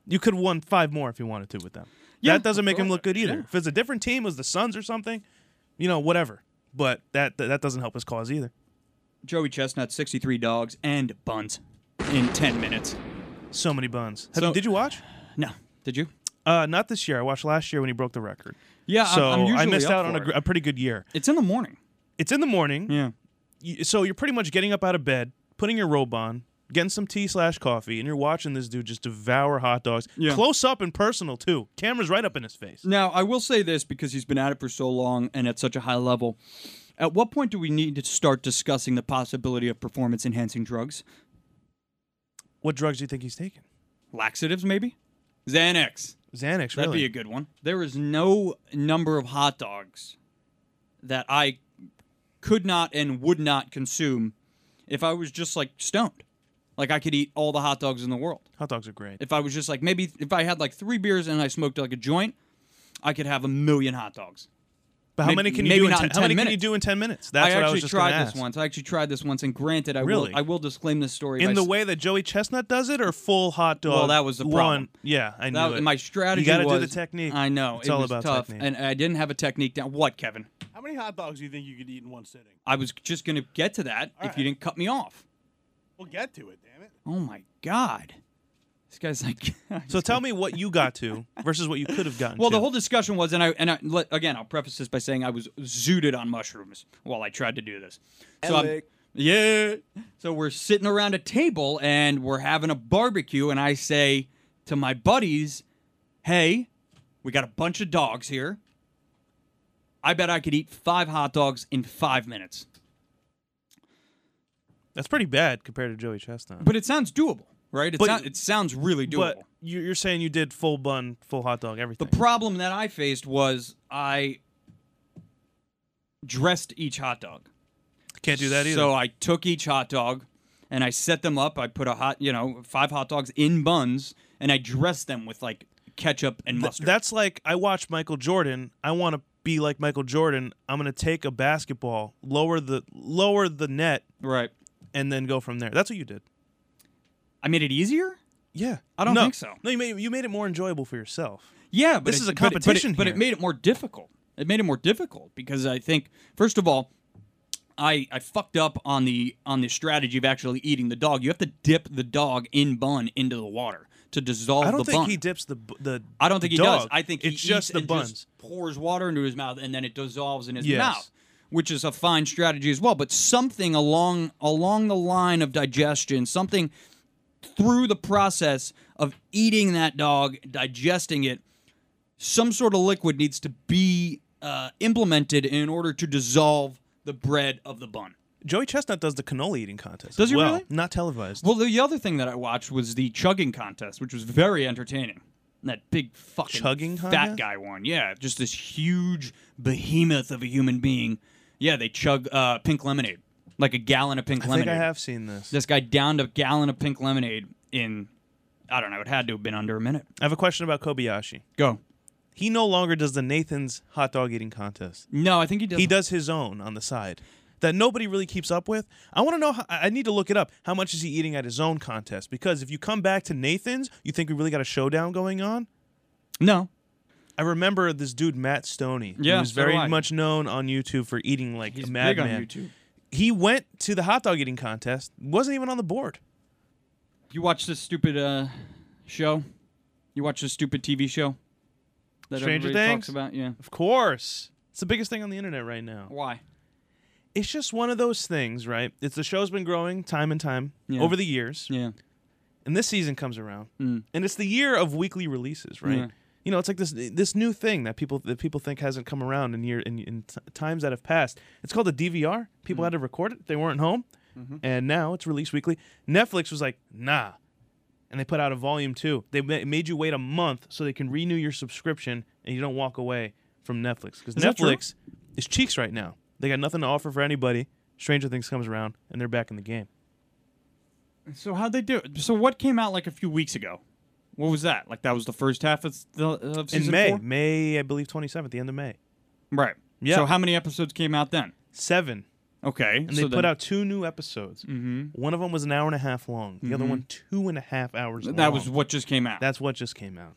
[SPEAKER 4] You could have won five more if you wanted to with them.
[SPEAKER 3] Yeah,
[SPEAKER 4] that doesn't make him
[SPEAKER 3] sure.
[SPEAKER 4] look good either.
[SPEAKER 3] Yeah.
[SPEAKER 4] If it's a different team, it was the Suns or something, you know, whatever. But that that, that doesn't help his cause either.
[SPEAKER 3] Joey Chestnut, sixty-three dogs and buns in ten minutes.
[SPEAKER 4] So many buns. Have
[SPEAKER 3] So-
[SPEAKER 4] you, did you watch?
[SPEAKER 3] No, did you?
[SPEAKER 4] Uh, not this year. I watched last year when he broke the record.
[SPEAKER 3] Yeah, I'm-
[SPEAKER 4] so
[SPEAKER 3] I'm usually
[SPEAKER 4] I missed
[SPEAKER 3] up
[SPEAKER 4] out on
[SPEAKER 3] for
[SPEAKER 4] a,
[SPEAKER 3] it.
[SPEAKER 4] gr- a pretty good year.
[SPEAKER 3] It's in the morning.
[SPEAKER 4] It's in the morning,
[SPEAKER 3] Yeah.
[SPEAKER 4] you- so you're pretty much getting up out of bed, putting your robe on, getting some tea slash coffee, and you're watching this dude just devour hot dogs,
[SPEAKER 3] Yeah.
[SPEAKER 4] close up and personal too. Cameras right up in his face.
[SPEAKER 3] Now, I will say this because he's been at it for so long and at such a high level. At what point do we need to start discussing the possibility of performance enhancing drugs?
[SPEAKER 4] What drugs do you think he's taking?
[SPEAKER 3] Laxatives, maybe? Xanax.
[SPEAKER 4] Xanax,
[SPEAKER 3] That'd
[SPEAKER 4] really?
[SPEAKER 3] be a good one. There is no number of hot dogs that I could not and would not consume if I was just like stoned. Like I could eat all the hot dogs in the world.
[SPEAKER 4] hot dogs are great.
[SPEAKER 3] If I was just like maybe if I had like three beers and I smoked like a joint, I could have a million hot dogs.
[SPEAKER 4] But how
[SPEAKER 3] Maybe-
[SPEAKER 4] many can you
[SPEAKER 3] maybe
[SPEAKER 4] do? In
[SPEAKER 3] not
[SPEAKER 4] ten,
[SPEAKER 3] in
[SPEAKER 4] how
[SPEAKER 3] 10
[SPEAKER 4] many can you
[SPEAKER 3] minutes.
[SPEAKER 4] do in ten minutes? That's
[SPEAKER 3] I
[SPEAKER 4] what
[SPEAKER 3] actually
[SPEAKER 4] I was just
[SPEAKER 3] tried
[SPEAKER 4] gonna
[SPEAKER 3] this
[SPEAKER 4] ask.
[SPEAKER 3] once. I actually tried this once, and granted, I
[SPEAKER 4] Really?
[SPEAKER 3] will I will disclaim this story. if I
[SPEAKER 4] In the
[SPEAKER 3] s-
[SPEAKER 4] way that Joey Chestnut does it, or full hot dog.
[SPEAKER 3] Well, that was the problem.
[SPEAKER 4] One, yeah, I knew
[SPEAKER 3] that,
[SPEAKER 4] it.
[SPEAKER 3] my strategy
[SPEAKER 4] You gotta
[SPEAKER 3] was
[SPEAKER 4] do the technique.
[SPEAKER 3] I know
[SPEAKER 4] it's
[SPEAKER 3] it
[SPEAKER 4] all
[SPEAKER 3] was
[SPEAKER 4] about
[SPEAKER 3] tough,
[SPEAKER 4] technique.
[SPEAKER 3] and I didn't have a technique down. What, Kevin?
[SPEAKER 5] How many hot dogs do you think you could eat in one sitting?
[SPEAKER 3] I was just gonna get to that if
[SPEAKER 5] right.
[SPEAKER 3] you didn't cut me off.
[SPEAKER 5] We'll get to it, damn it.
[SPEAKER 3] Oh my god, this guy's like. [laughs]
[SPEAKER 4] so tell me what you got to [laughs] versus what you could have gotten.
[SPEAKER 3] well,
[SPEAKER 4] to.
[SPEAKER 3] the whole discussion was, and I and I let, again, I'll preface this by saying I was zooted on mushrooms while I tried to do this. So I'm-
[SPEAKER 5] Alec.
[SPEAKER 3] yeah. So we're sitting around a table and we're having a barbecue, and I say to my buddies, "Hey, we got a bunch of dogs here. I bet I could eat five hot dogs in five minutes."
[SPEAKER 4] that's pretty bad compared to Joey Chestnut.
[SPEAKER 3] But it sounds doable, right? It,
[SPEAKER 4] But-
[SPEAKER 3] sound- it sounds really doable.
[SPEAKER 4] But you- you're saying you did full bun, full hot dog, everything.
[SPEAKER 3] The problem that I faced was I dressed each hot dog.
[SPEAKER 4] Can't do that either.
[SPEAKER 3] So I took each hot dog and I set them up. I put a hot, you know, five hot dogs in buns and I dressed them with like ketchup and
[SPEAKER 4] Th-
[SPEAKER 3] mustard.
[SPEAKER 4] that's like I watch Michael Jordan. I want to be like Michael Jordan. I'm gonna take a basketball, lower the lower the net,
[SPEAKER 3] right.
[SPEAKER 4] and then go from there. That's what you did.
[SPEAKER 3] I made it easier?
[SPEAKER 4] Yeah,
[SPEAKER 3] I don't
[SPEAKER 4] No.
[SPEAKER 3] think so.
[SPEAKER 4] No, you made you made it more enjoyable for yourself.
[SPEAKER 3] Yeah, but
[SPEAKER 4] This
[SPEAKER 3] it-
[SPEAKER 4] is
[SPEAKER 3] but
[SPEAKER 4] a
[SPEAKER 3] it-
[SPEAKER 4] competition
[SPEAKER 3] But it, but it
[SPEAKER 4] here.
[SPEAKER 3] made it more difficult. It made it more difficult because I think first of all, I I fucked up on the on the strategy of actually eating the dog. You have to dip the dog in bun into the water to dissolve
[SPEAKER 4] I don't
[SPEAKER 3] the
[SPEAKER 4] think
[SPEAKER 3] bun.
[SPEAKER 4] he dips the bu- the.
[SPEAKER 3] I don't think
[SPEAKER 4] the
[SPEAKER 3] he
[SPEAKER 4] dog.
[SPEAKER 3] does. I think
[SPEAKER 4] it's
[SPEAKER 3] he
[SPEAKER 4] just
[SPEAKER 3] eats
[SPEAKER 4] the
[SPEAKER 3] and
[SPEAKER 4] buns.
[SPEAKER 3] Just pours water into his mouth and then it dissolves in his
[SPEAKER 4] Yes.
[SPEAKER 3] mouth, which is a fine strategy as well. But something along along the line of digestion, something through the process of eating that dog, digesting it, some sort of liquid needs to be uh, implemented in order to dissolve the bread of the bun.
[SPEAKER 4] Joey Chestnut does the cannoli eating contest.
[SPEAKER 3] Does
[SPEAKER 4] as
[SPEAKER 3] he
[SPEAKER 4] well.
[SPEAKER 3] really?
[SPEAKER 4] Not televised.
[SPEAKER 3] Well, the other thing that I watched was the chugging contest, which was very entertaining. That big fucking
[SPEAKER 4] Chugging
[SPEAKER 3] fat
[SPEAKER 4] contest?
[SPEAKER 3] guy one, yeah, just this huge behemoth of a human being. Yeah, they chug uh, pink lemonade, like a gallon of pink
[SPEAKER 4] I think
[SPEAKER 3] lemonade.
[SPEAKER 4] I have seen this.
[SPEAKER 3] This guy downed a gallon of pink lemonade in, I don't know, it had to have been under a minute.
[SPEAKER 4] I have a question about Kobayashi.
[SPEAKER 3] Go.
[SPEAKER 4] He no longer does the Nathan's hot dog eating contest.
[SPEAKER 3] No, I think he does.
[SPEAKER 4] he does his own on the side that nobody really keeps up with. I want to know. How, I I need to look it up. How much is he eating at his own contest? Because if you come back to Nathan's, you think we really got a showdown going on.
[SPEAKER 3] No,
[SPEAKER 4] I remember this dude Matt Stoney,
[SPEAKER 3] Yeah,
[SPEAKER 4] who's
[SPEAKER 3] so do
[SPEAKER 4] very
[SPEAKER 3] I.
[SPEAKER 4] much known on YouTube for eating like
[SPEAKER 3] he's
[SPEAKER 4] a madman.
[SPEAKER 3] big on YouTube.
[SPEAKER 4] He went to the hot dog eating contest, wasn't even on the board.
[SPEAKER 3] You watch this stupid uh, show? You watch this stupid TV show? That
[SPEAKER 4] Stranger
[SPEAKER 3] everybody
[SPEAKER 4] Things?
[SPEAKER 3] talks about, yeah.
[SPEAKER 4] Of course, it's the biggest thing on the internet right now.
[SPEAKER 3] Why?
[SPEAKER 4] It's just one of those things, right? It's the show's been growing time and time
[SPEAKER 3] Yeah.
[SPEAKER 4] over the years.
[SPEAKER 3] Yeah.
[SPEAKER 4] and this season comes around, and it's the year of weekly releases, right?
[SPEAKER 3] Mm. Yeah.
[SPEAKER 4] You know, it's like this this new thing that people that people think hasn't come around in year in, in t- times that have passed. It's called a DVR.
[SPEAKER 3] Mm.
[SPEAKER 4] People
[SPEAKER 3] Mm-hmm.
[SPEAKER 4] had to record it; they weren't home, and now it's released weekly. Netflix was like, "Nah, and they put out a volume two. They ma- made you wait a month so they can renew your subscription and you don't walk away from Netflix because
[SPEAKER 3] that true?
[SPEAKER 4] Netflix is cheeks right now. They got nothing to offer for anybody. Stranger Things comes around and they're back in the game.
[SPEAKER 3] So how'd they do it? So what came out like a few weeks ago? What was that? Like that was the first half of, s- the, of season
[SPEAKER 4] in May,
[SPEAKER 3] four?
[SPEAKER 4] May I believe twenty seventh, the end of May.
[SPEAKER 3] Right.
[SPEAKER 4] Yeah.
[SPEAKER 3] So how many episodes came out then?
[SPEAKER 4] Seven,
[SPEAKER 3] Okay.
[SPEAKER 4] and they put out two new episodes.
[SPEAKER 3] hmm
[SPEAKER 4] One of them was an hour and a half long. The other one two and a half hours.
[SPEAKER 3] Mm-hmm. That
[SPEAKER 4] long.
[SPEAKER 3] was what just came out.
[SPEAKER 4] That's what just came out.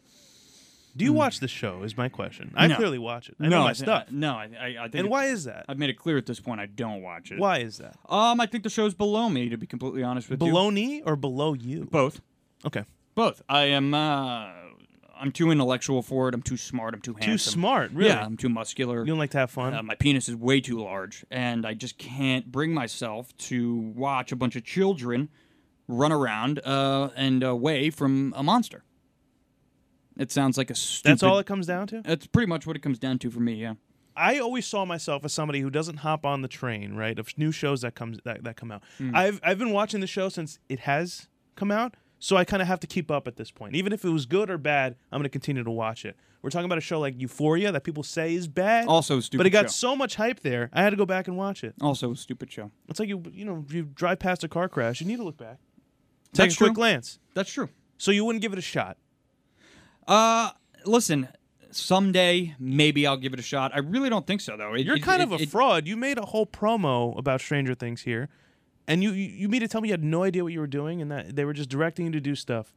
[SPEAKER 4] Do you watch the show? Is my question. I
[SPEAKER 3] No.
[SPEAKER 4] clearly watch it. I
[SPEAKER 3] no
[SPEAKER 4] know
[SPEAKER 3] I
[SPEAKER 4] my
[SPEAKER 3] thi-
[SPEAKER 4] stuff.
[SPEAKER 3] I- no, I, I, I think.
[SPEAKER 4] and
[SPEAKER 3] it-
[SPEAKER 4] why is that?
[SPEAKER 3] I've made it clear at this point. I don't watch it.
[SPEAKER 4] Why is that?
[SPEAKER 3] Um, I think the show's below me. To be completely honest with you.
[SPEAKER 4] Below knee or below you?
[SPEAKER 3] both.
[SPEAKER 4] Okay.
[SPEAKER 3] Both. I am. Uh, I'm too intellectual for it. I'm too smart. I'm too handsome.
[SPEAKER 4] Too smart, really.
[SPEAKER 3] Yeah. I'm too muscular.
[SPEAKER 4] You don't like to have fun.
[SPEAKER 3] Uh, my penis is way too large, and I just can't bring myself to watch a bunch of children run around uh, and away from a monster. It sounds like a stupid.
[SPEAKER 4] That's all it comes down to.
[SPEAKER 3] That's pretty much what it comes down to for me. Yeah.
[SPEAKER 4] I always saw myself as somebody who doesn't hop on the train, right? Of new shows that comes that, that come out.
[SPEAKER 3] Mm.
[SPEAKER 4] I've I've been watching the show since it has come out, so I kind of have to keep up at this point. Even if it was good or bad, I'm going to continue to watch it. We're talking about a show like Euphoria that people say is bad,
[SPEAKER 3] Also a stupid.
[SPEAKER 4] but it got
[SPEAKER 3] show.
[SPEAKER 4] so much hype there, I had to go back and watch it.
[SPEAKER 3] also a stupid show.
[SPEAKER 4] It's like you you know you drive past a car crash, you need to look back, take
[SPEAKER 3] That's
[SPEAKER 4] a quick
[SPEAKER 3] true.
[SPEAKER 4] glance.
[SPEAKER 3] That's true.
[SPEAKER 4] So you wouldn't give it a shot.
[SPEAKER 3] Uh, listen. Someday, maybe I'll give it a shot. I really don't think so, though. It-
[SPEAKER 4] You're
[SPEAKER 3] it-
[SPEAKER 4] kind
[SPEAKER 3] it-
[SPEAKER 4] of a
[SPEAKER 3] it-
[SPEAKER 4] fraud. You made a whole promo about Stranger Things here, and you you you mean to tell me you had no idea what you were doing, and that they were just directing you to do stuff,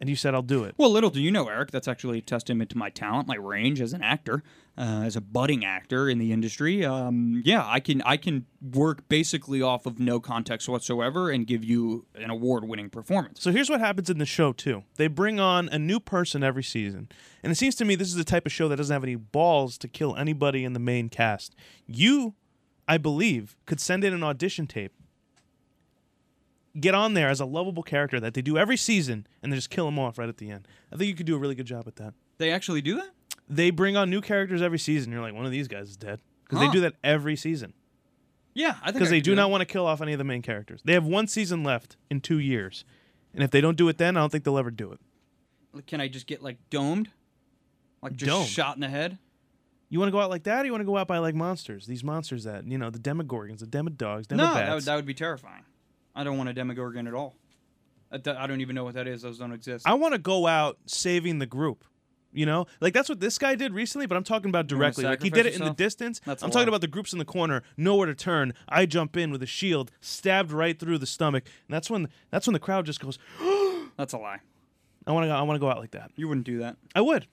[SPEAKER 4] and you said I'll do it.
[SPEAKER 3] Well, little do you know, Eric, that's actually a testament to my talent, my range as an actor, uh, as a budding actor in the industry. Um, yeah, I can I can work basically off of no context whatsoever and give you an award-winning performance.
[SPEAKER 4] So here's what happens in the show too. They bring on a new person every season, and it seems to me this is the type of show that doesn't have any balls to kill anybody in the main cast. You, I believe, could send in an audition tape. Get on there as a lovable character that they do every season, and they just kill him off right at the end. I think you could do a really good job at that.
[SPEAKER 3] They actually do that?
[SPEAKER 4] they bring on new characters every season. You're like, one of these guys is dead because
[SPEAKER 3] Huh.
[SPEAKER 4] they do that every season
[SPEAKER 3] Yeah, I think
[SPEAKER 4] because
[SPEAKER 3] I
[SPEAKER 4] they
[SPEAKER 3] could
[SPEAKER 4] do
[SPEAKER 3] that.
[SPEAKER 4] not want to kill off any of the main characters. They have one season left in two years, and if they don't do it then, I don't think they'll ever do it.
[SPEAKER 3] Can I just get like domed, like just
[SPEAKER 4] Domed?
[SPEAKER 3] shot in the head?
[SPEAKER 4] You want to go out like that, or you want to go out by like monsters? These monsters that you know, the Demogorgons, the Demodogs, Demobats.
[SPEAKER 3] no, that would, that would be terrifying. I don't want a Demogorgon at all. I d- I don't even know what that is. Those don't exist.
[SPEAKER 4] I want to go out saving the group. You know, like that's what this guy did recently, but I'm talking about
[SPEAKER 3] wanna
[SPEAKER 4] directly. Like he
[SPEAKER 3] sacrifice
[SPEAKER 4] did it in the
[SPEAKER 3] yourself?
[SPEAKER 4] distance.
[SPEAKER 3] That's a
[SPEAKER 4] I'm talking
[SPEAKER 3] lie.
[SPEAKER 4] about the groups in the corner, nowhere to turn. I jump in with a shield, stabbed right through the stomach, and that's when that's when the crowd just goes,
[SPEAKER 3] That's a lie.
[SPEAKER 4] I want to go. I want to go out like that.
[SPEAKER 3] You wouldn't do that.
[SPEAKER 4] I would,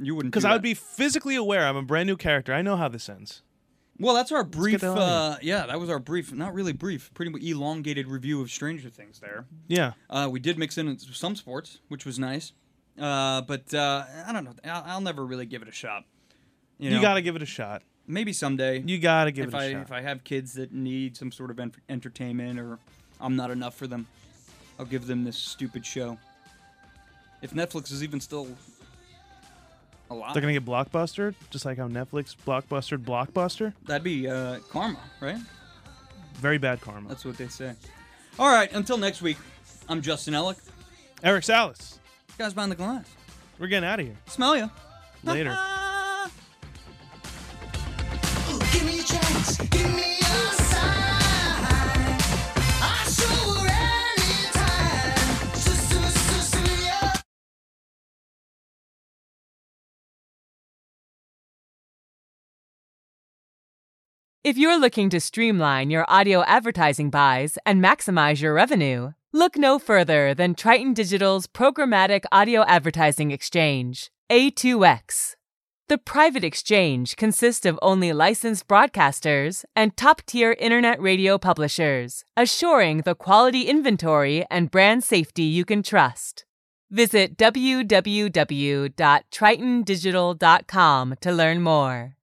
[SPEAKER 3] You wouldn't.
[SPEAKER 4] because
[SPEAKER 3] do
[SPEAKER 4] I
[SPEAKER 3] that.
[SPEAKER 4] would be physically aware I'm a brand new character. I know how this ends.
[SPEAKER 3] Well, that's our brief.
[SPEAKER 4] the hell outta
[SPEAKER 3] Uh, yeah, that was our brief. Not really brief. Pretty elongated review of Stranger Things. There,
[SPEAKER 4] Yeah.
[SPEAKER 3] uh, we did mix in some sports, which was nice. Uh, but uh, I don't know. I'll, I'll never really give it a shot. You,
[SPEAKER 4] You,
[SPEAKER 3] know,
[SPEAKER 4] gotta give it a shot.
[SPEAKER 3] maybe someday.
[SPEAKER 4] You gotta give
[SPEAKER 3] if
[SPEAKER 4] it a
[SPEAKER 3] I
[SPEAKER 4] shot.
[SPEAKER 3] if I have kids that need some sort of ent- entertainment or I'm not enough for them, I'll give them this stupid show. If Netflix is even still alive,
[SPEAKER 4] They're gonna get blockbustered, just like how Netflix blockbustered Blockbuster.
[SPEAKER 3] that'd be uh, karma, right?
[SPEAKER 4] Very bad karma.
[SPEAKER 3] That's what they say. All right, until next week, I'm Justin Ellick.
[SPEAKER 4] Eric Salas.
[SPEAKER 3] Guys behind the glass.
[SPEAKER 4] We're getting out of here.
[SPEAKER 3] Smell ya.
[SPEAKER 4] Later.
[SPEAKER 6] Give me a chance, give me a sign. I sure any time. Sister, sister, yeah.
[SPEAKER 1] If you're looking to streamline your audio advertising buys and maximize your revenue, look no further than Triton Digital's Programmatic Audio Advertising Exchange, A2X. The private exchange consists of only licensed broadcasters and top tier internet radio publishers, assuring the quality inventory and brand safety you can trust. Visit www.tritondigital.com to learn more.